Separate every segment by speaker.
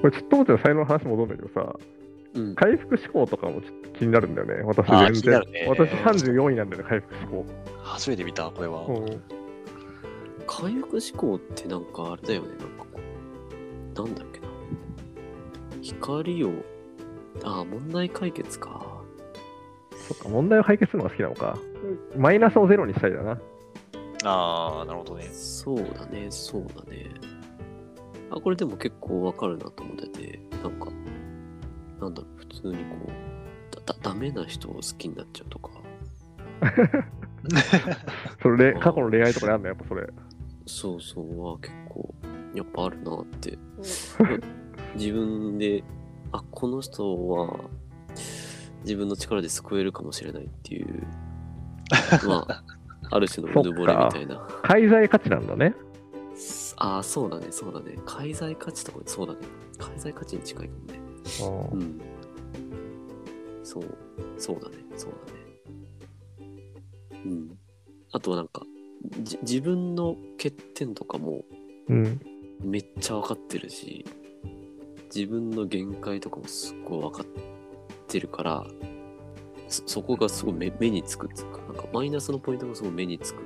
Speaker 1: これちょっともちろん才能の話戻るんだけどさ、
Speaker 2: うん。
Speaker 1: 回復志向とかもちょっと気になるんだよね、私
Speaker 2: あー
Speaker 1: 全
Speaker 2: 気にな
Speaker 1: 然。
Speaker 2: るね
Speaker 1: 私34位なんだよね、回復志向。
Speaker 2: 初めて見た、これは。
Speaker 1: うん、
Speaker 2: 回復思考ってなんかあれだよね、なんかこう。なんだっけな。光を、ああ、問題解決か。
Speaker 1: そっか、問題を解決するのが好きなのか。マイナスをゼロにしたいだな。
Speaker 3: ああ、なるほどね。
Speaker 2: そうだね、そうだね。あ、これでも結構わかるなと思ってて、なんか、なんだろう、普通にこう、だ、だダメな人を好きになっちゃうとか、
Speaker 1: それ、過去の恋愛とかであんのやっぱそれ。
Speaker 2: そうそうは結構、やっぱあるなって。自分で、あ、この人は、自分の力で救えるかもしれないっていう、まあ、ある種のうぬぼれみたいな。
Speaker 1: 介在価値なんだね。
Speaker 2: ああ、そうだね、そうだね。介在価値とか、そうだね。介在価値に近いかもね。
Speaker 1: うん
Speaker 2: うん。そう、そうだね、そうだね。うん。あとはなんか、じ自分の欠点とかも
Speaker 1: うん。
Speaker 2: めっちゃ分かってるし、自分の限界とかもすっごい分かってるから、そそこがすごい目目につくっていうか、なんかマイナスのポイントもすごい目につく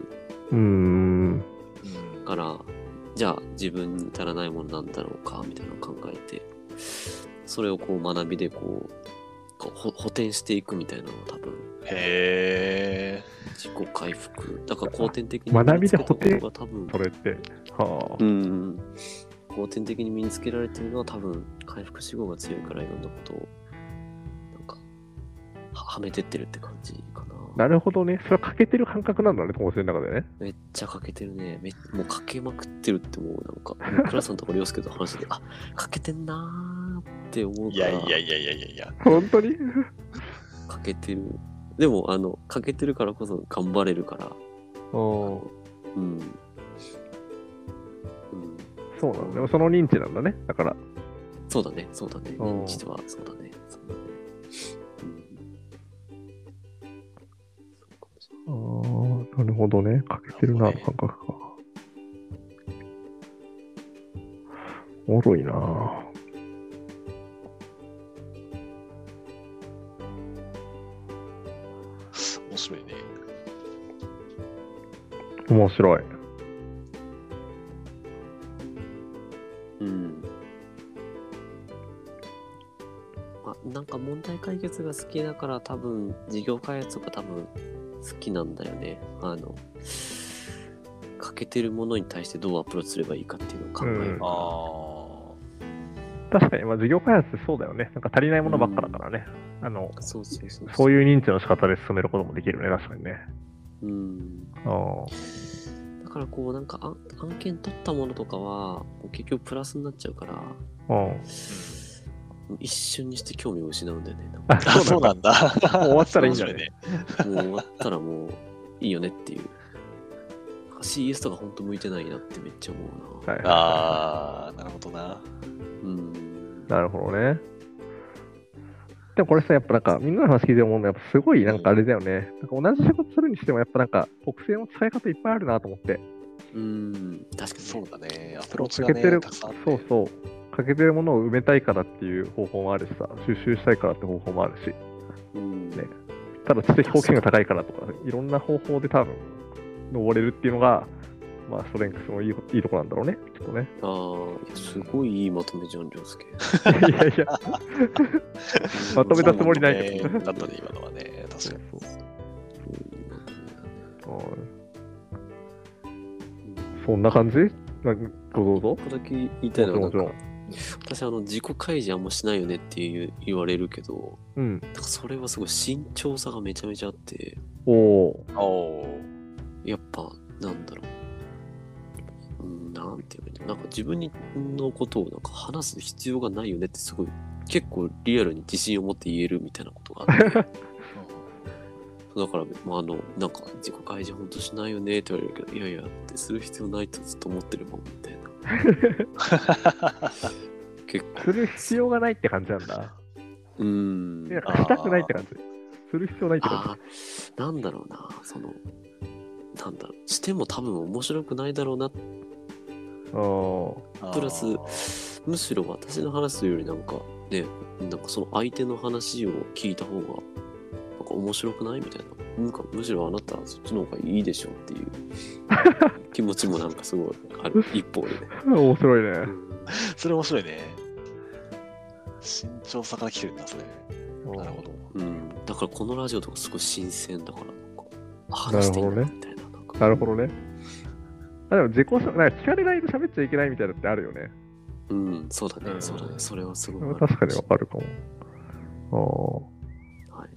Speaker 1: うーん。
Speaker 3: うん
Speaker 2: からじゃあ自分に足らないものなんだろうかみたいなのを考えてそれをこう学びでこうこうほ補填していくみたいなのを多分
Speaker 3: へえ。
Speaker 2: 自己回復だから後天的に
Speaker 1: 学びで
Speaker 2: 身につけたことが多分
Speaker 1: それって。は
Speaker 2: うんうん後天的に身につけられてるのは多分回復志向が強いからいろんなことをなんかははめてってるって感じか
Speaker 1: あ。
Speaker 2: な
Speaker 1: なるほどね。それは欠けてる感覚なんだね、友達の中でね。
Speaker 2: めっちゃ欠けてるねめっもう欠けまくってるってもうなんかもう倉さんとか涼介と話しててあ欠けてんなーって思う
Speaker 3: い
Speaker 2: から
Speaker 3: やいやいやいやいやいや。
Speaker 1: 本当に
Speaker 2: 欠けてるでもあの欠けてるからこそ頑張れるから
Speaker 1: お
Speaker 2: うん、うん、
Speaker 1: そうなんだね。その認知なんだね。だから。
Speaker 2: そうだねそうだね
Speaker 1: うん
Speaker 2: 実はそうだねそうだねうんそうかもしれない
Speaker 1: ああ、なるほどね。欠けてるな、
Speaker 3: なるほ
Speaker 1: 感覚か。おもろいな
Speaker 3: 面白いね。
Speaker 1: 面白い。
Speaker 2: うんまあなんか問題解決が好きだから多分事業開発とか多分好きなんだよねあの欠けてるものに対してどうアプローチすればいいかっていうのを考えるから、
Speaker 1: うん
Speaker 3: ああ。
Speaker 1: 確かに、まあ、事業開発ってそうだよね。なんか足りないものばっかだからね。あの、
Speaker 2: そうそうそう
Speaker 1: そう
Speaker 2: う。
Speaker 1: いう認知の仕方で進めることもできるね、確かにね。
Speaker 2: うん。
Speaker 1: あー
Speaker 2: だからこうなんか案案件取ったものとかはもう結局プラスになっちゃうから
Speaker 1: うん。
Speaker 2: 一瞬にして興味を失うんだよね。な
Speaker 1: あ、
Speaker 2: ん
Speaker 3: あ、
Speaker 1: そ
Speaker 3: そうう
Speaker 1: なんだ。
Speaker 3: なんだ。
Speaker 1: 終わったらいいんじゃない
Speaker 3: 面
Speaker 2: か
Speaker 3: 白ね。
Speaker 2: もう終わったらもういいよねっていう。なんか CS とか本当向いてないなってめっちゃ思うな。
Speaker 1: はいは
Speaker 3: ああ、なるほどな。
Speaker 2: うん
Speaker 1: い。。なるほどね。でもこれさ、やっぱなんか、みんなの話聞いて思うのやっぱすごいなんかあれだよね。なんか同じ仕事するにしても、やっぱなんか、特性の伝え方いっぱいあるなと思って。
Speaker 2: うん。確かに
Speaker 3: そうだね。アプローチ
Speaker 1: 欠
Speaker 3: が
Speaker 1: け
Speaker 3: ね、
Speaker 1: てる、
Speaker 3: たくさんあって
Speaker 1: そうそう。欠けてるものを埋めたいからっていう方法もあるしさ、収集したいからって方法もあるし、
Speaker 2: うん。
Speaker 1: ねただ知的好奇心が高いからとか、いろんな方法で多分、登れるっていうのが、まあ、ストレングスのいいいいとこなんだろうね、きっと ね。
Speaker 2: ああ、いやすごいいいまとめじゃん、涼介。
Speaker 1: いやいや、 まとめたつもりないけ
Speaker 3: ね
Speaker 1: ど。
Speaker 3: だったね、今のはね。確かに。
Speaker 2: すごいいいまとめだねうん
Speaker 1: そんな感じなんかどうぞ。
Speaker 2: 一個だけ言いたいの
Speaker 1: も
Speaker 2: はなん
Speaker 1: ち
Speaker 2: か
Speaker 1: ろんもち
Speaker 2: 私あの自己開示あんましないよねっていう言われるけど
Speaker 1: うん。
Speaker 2: なんかそれはすごい慎重さがめちゃめちゃあって
Speaker 1: おお
Speaker 3: おお
Speaker 2: やっぱなんだろううんなんていうのなんか自分のことをなんか話す必要がないよねってすごい結構リアルに自信を持って言えるみたいなことがあってだから、まあ、あのなんか自己開示ほんとしないよねって言われるけどいやいやだってする必要ないとずっと思ってるもんみたいな結構
Speaker 1: ー。する必要がないって感じなんだ。
Speaker 2: うん
Speaker 1: いやしたくないって感じ。する必要ないって感
Speaker 2: あーなんだろうなそのなんだろうしても多分面白くないだろうな
Speaker 1: あ
Speaker 3: あー
Speaker 2: プラスむしろ私の話するよりなんかねなんかその相手の話を聞いた方がなんか面白くないみたいななんかむしろあなたそっちの方がいいでしょっていう気持ちもなんかすごい ある一方でね、
Speaker 1: あ、面白いね。
Speaker 3: それ面白いね。慎重さから来てるんだ、それ。なるほど。
Speaker 2: うん、だからこのラジオとかすごい新鮮だからなんか話していいんだ
Speaker 1: なる
Speaker 2: み
Speaker 1: ほ
Speaker 2: たいななんか
Speaker 1: なるほどね。あでも自己紹介、なんか聞かれないと喋っちゃいけないみたいなのってあるよね。
Speaker 2: うんそうだね、
Speaker 3: うん
Speaker 2: そうだねそれはすごいある
Speaker 1: 確かにわかるかも。あ
Speaker 2: はい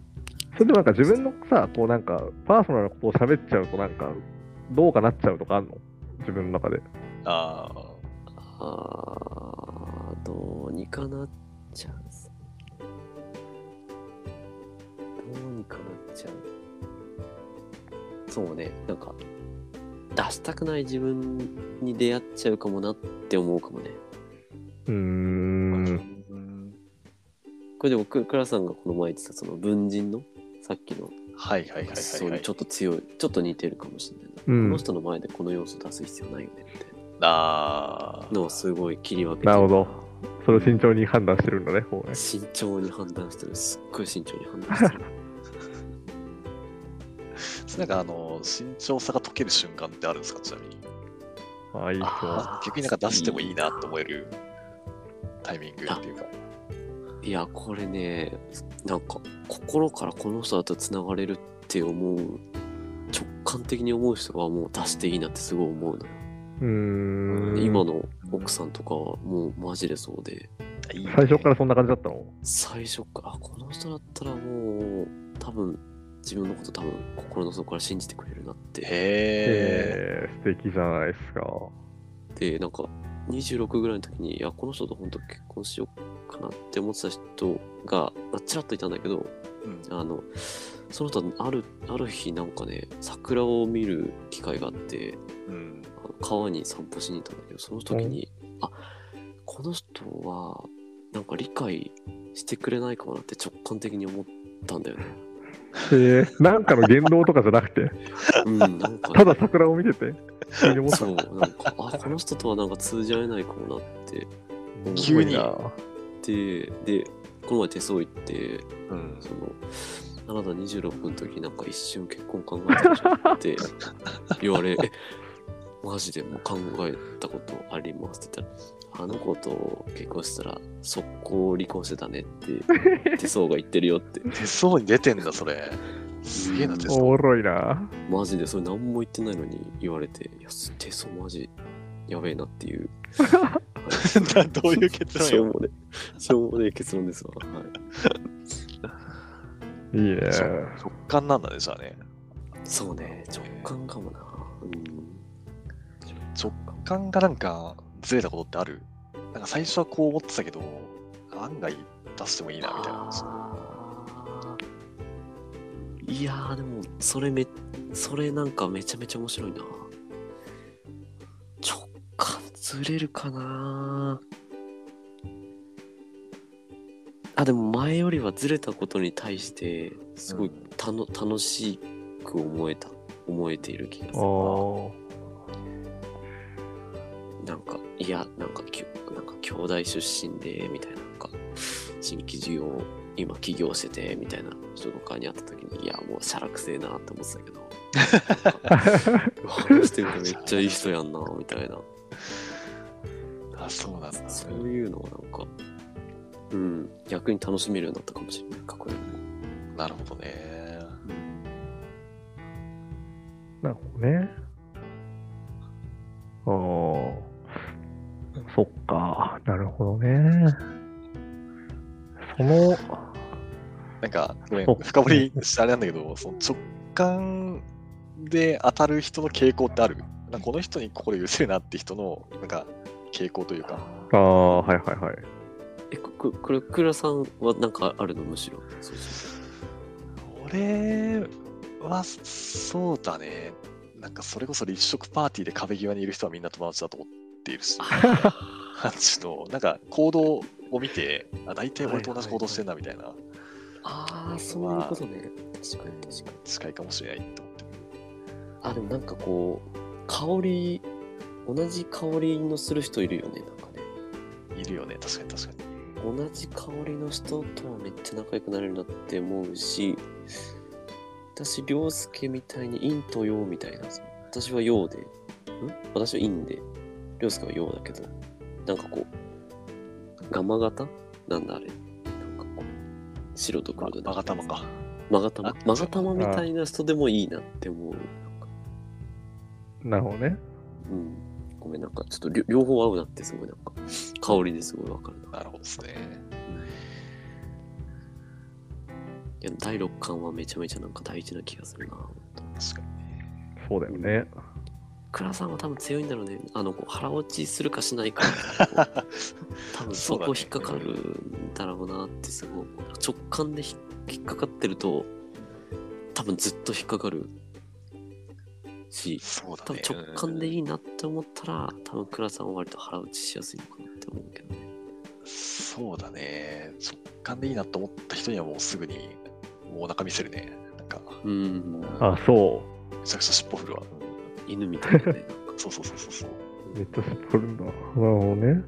Speaker 1: あ。それでもなんか自分のさ、こうなんかパーソナルなことを喋っちゃうとなんかどうかなっちゃうとかあるの自分の中で。
Speaker 3: ああ。
Speaker 2: あーどうにかなっちゃうさどうにかなっちゃうそうねなんか出したくない自分に出会っちゃうかもなって思うかもね
Speaker 1: うーん。
Speaker 3: うん
Speaker 2: これでもく倉さんがこの前言ってたその文人のさっきの
Speaker 3: はいはいはいはい、
Speaker 2: 思想
Speaker 3: は
Speaker 2: に
Speaker 3: い
Speaker 2: ちょ。っと強いちょっと似てるかもしれないな、
Speaker 1: うん
Speaker 2: この人の前でこの要素出す必要ないよねみたい
Speaker 3: ああ
Speaker 2: な。のをすごい切り分けて
Speaker 1: なるほど。それを慎重に判断してるんだね、こうね。
Speaker 2: 慎重に判断してるすっごい慎重に判断してる
Speaker 3: なんかあの、慎重さが解ける瞬間ってあるんですか、ちなみに。
Speaker 1: ああ、いいと。
Speaker 2: あー
Speaker 3: 逆になんか出してもいいなと思えるタイミングっていうか。
Speaker 2: いやこれねなんか心からこの人だとつながれるって思う直感的に思う人はもう出していいなってすごい思うの、
Speaker 1: うーん。
Speaker 2: 今の奥さんとかはもうマジでそうで
Speaker 3: いいね
Speaker 1: 最初からそんな感じだったの
Speaker 2: 最初からあこの人だったらもう多分自分のこと多分心の底から信じてくれるなって
Speaker 3: へえ。
Speaker 1: えー、素敵じゃないですか。
Speaker 2: でなんか26ぐらいの時にいやこの人と本当結婚しようかなって思ってた人がまあちらっといたんだけど
Speaker 3: うん
Speaker 2: あのその他あるある日なんかね桜を見る機会があって
Speaker 3: うん。
Speaker 2: あの川に散歩しに行ったんだけどその時に、あこの人はなんか理解してくれないかもなって直感的に思ったんだよね。
Speaker 1: えー、なんかの言動とかじゃなくて、
Speaker 2: うん、なんか、
Speaker 1: ただ桜を見てて、 急に思った
Speaker 2: そうなんかあこの人とはなんか通じ合えないかもなって
Speaker 3: 急に
Speaker 1: あ
Speaker 2: ででこの前手相行って
Speaker 3: うん
Speaker 2: そのあなた26の時なんか一瞬結婚考えてたじゃんって 言われえマジでもう考えたことありますって言ったらあの子と結婚したら速攻離婚してたねって手相が言ってるよ って
Speaker 3: 手相に出てんだ、それ。すげえな、手
Speaker 1: お
Speaker 3: 相。
Speaker 1: もろいな。
Speaker 2: マジでそれ何も言ってないのに言われていや手相マジやべえなっていう
Speaker 3: な どういう結論
Speaker 2: しょう
Speaker 3: よ。
Speaker 2: もねしょうもねえ結論ですわ、はい、
Speaker 1: いいね。
Speaker 3: そう直感なんだね、じゃあね。
Speaker 2: そうね直感かもなうん
Speaker 3: 直感がなんかずれたことってあるなんか最初はこう思ってたけど、案外出してもいいな、みたいな。
Speaker 2: あーいやーでもそれめそれなんかめちゃめちゃ面白いな直感ずれるかなあでも前よりはずれたことに対してすごいたの、楽しく思えた思えている気がする
Speaker 1: お
Speaker 2: なんか、いや、なんかきゅ、なんか兄弟出身で、みたいな、なんか、新規事業、今起業してて、みたいな人とかに会った時に、いや、もう、しゃらくせえなって思ってたけど、うわ話してみてめっちゃいい人やんな、みたいな。
Speaker 3: あ、そうなんだ。
Speaker 2: そういうのはなんか、うん、逆に楽しめるようになったかもしれない、過去よりも。
Speaker 3: なるほどね。
Speaker 1: なるほどね。おそっか。なるほどね。その、
Speaker 3: なんか、ごめん
Speaker 1: そう、
Speaker 3: 深掘りしてあれなんだけど、その直感で当たる人の傾向ってあるなんかこの人に心許せるなって人の、なんか、傾向というか。
Speaker 1: ああ、はいはいはい。
Speaker 2: え、こ、ここれ、倉さんはなんかあるの、むしろ。そう
Speaker 3: 俺は、そうだね。なんか、それこそ立食パーティーで壁際にいる人はみんな友達だと思っている し。あちょっとなんか行動を見て、あ大体俺と同じ行動してんなみたいな、
Speaker 2: ああ、
Speaker 3: そういうこと
Speaker 2: ね。確かに確かに。
Speaker 3: 近いかもしれないと思って。
Speaker 2: あでもなんかこう香り同じ香りのする人いるよねなんかね
Speaker 3: いるよね、確かに確かに。
Speaker 2: 同じ香りの人とはめっちゃ仲良くなれるなって思うし私涼介みたいに陰と陽みたいなさ私は陽でん私は陰で涼介は陽だけどなんかこうガマ型なんだあれなんかこう白と
Speaker 3: ま
Speaker 2: 黒で
Speaker 3: まがたまか。
Speaker 2: マガタマ
Speaker 3: あ
Speaker 2: マガタマみたいな人でもいいなって思うな
Speaker 1: なる
Speaker 2: んか
Speaker 1: ほどね。
Speaker 2: うんごめんなんかちょっとりょ両方合うなってすごいなんか香りですごいわかるな
Speaker 3: なるほどですね。
Speaker 2: いや第六感はめちゃめちゃなんか大事な気がするな
Speaker 3: 確かにね。
Speaker 1: そうだよね。
Speaker 2: 倉さんは多分強いんだろうねあのこう腹落ちするかしないかみたいなこう多分そこ引っかかるんだろうなってすごい思う直感でひ引っかかってると多分ずっと引っかかるし
Speaker 3: そうだ
Speaker 2: 多
Speaker 3: ね
Speaker 2: 分。直感でいいなって思ったら、多分倉さんは割と腹打ちしやすいのかなって思うけどね。
Speaker 3: うんそうだね。直感でいいなと思った人にはもうすぐに、もうお腹見せるね。なんか、
Speaker 2: うん、
Speaker 1: あ、そ
Speaker 3: めちゃくちゃ尻尾振るわ。
Speaker 2: 犬みたいなね。なんか
Speaker 3: そうそうそうそうそう。
Speaker 1: う。めっちゃスポるんだ。なるほどね。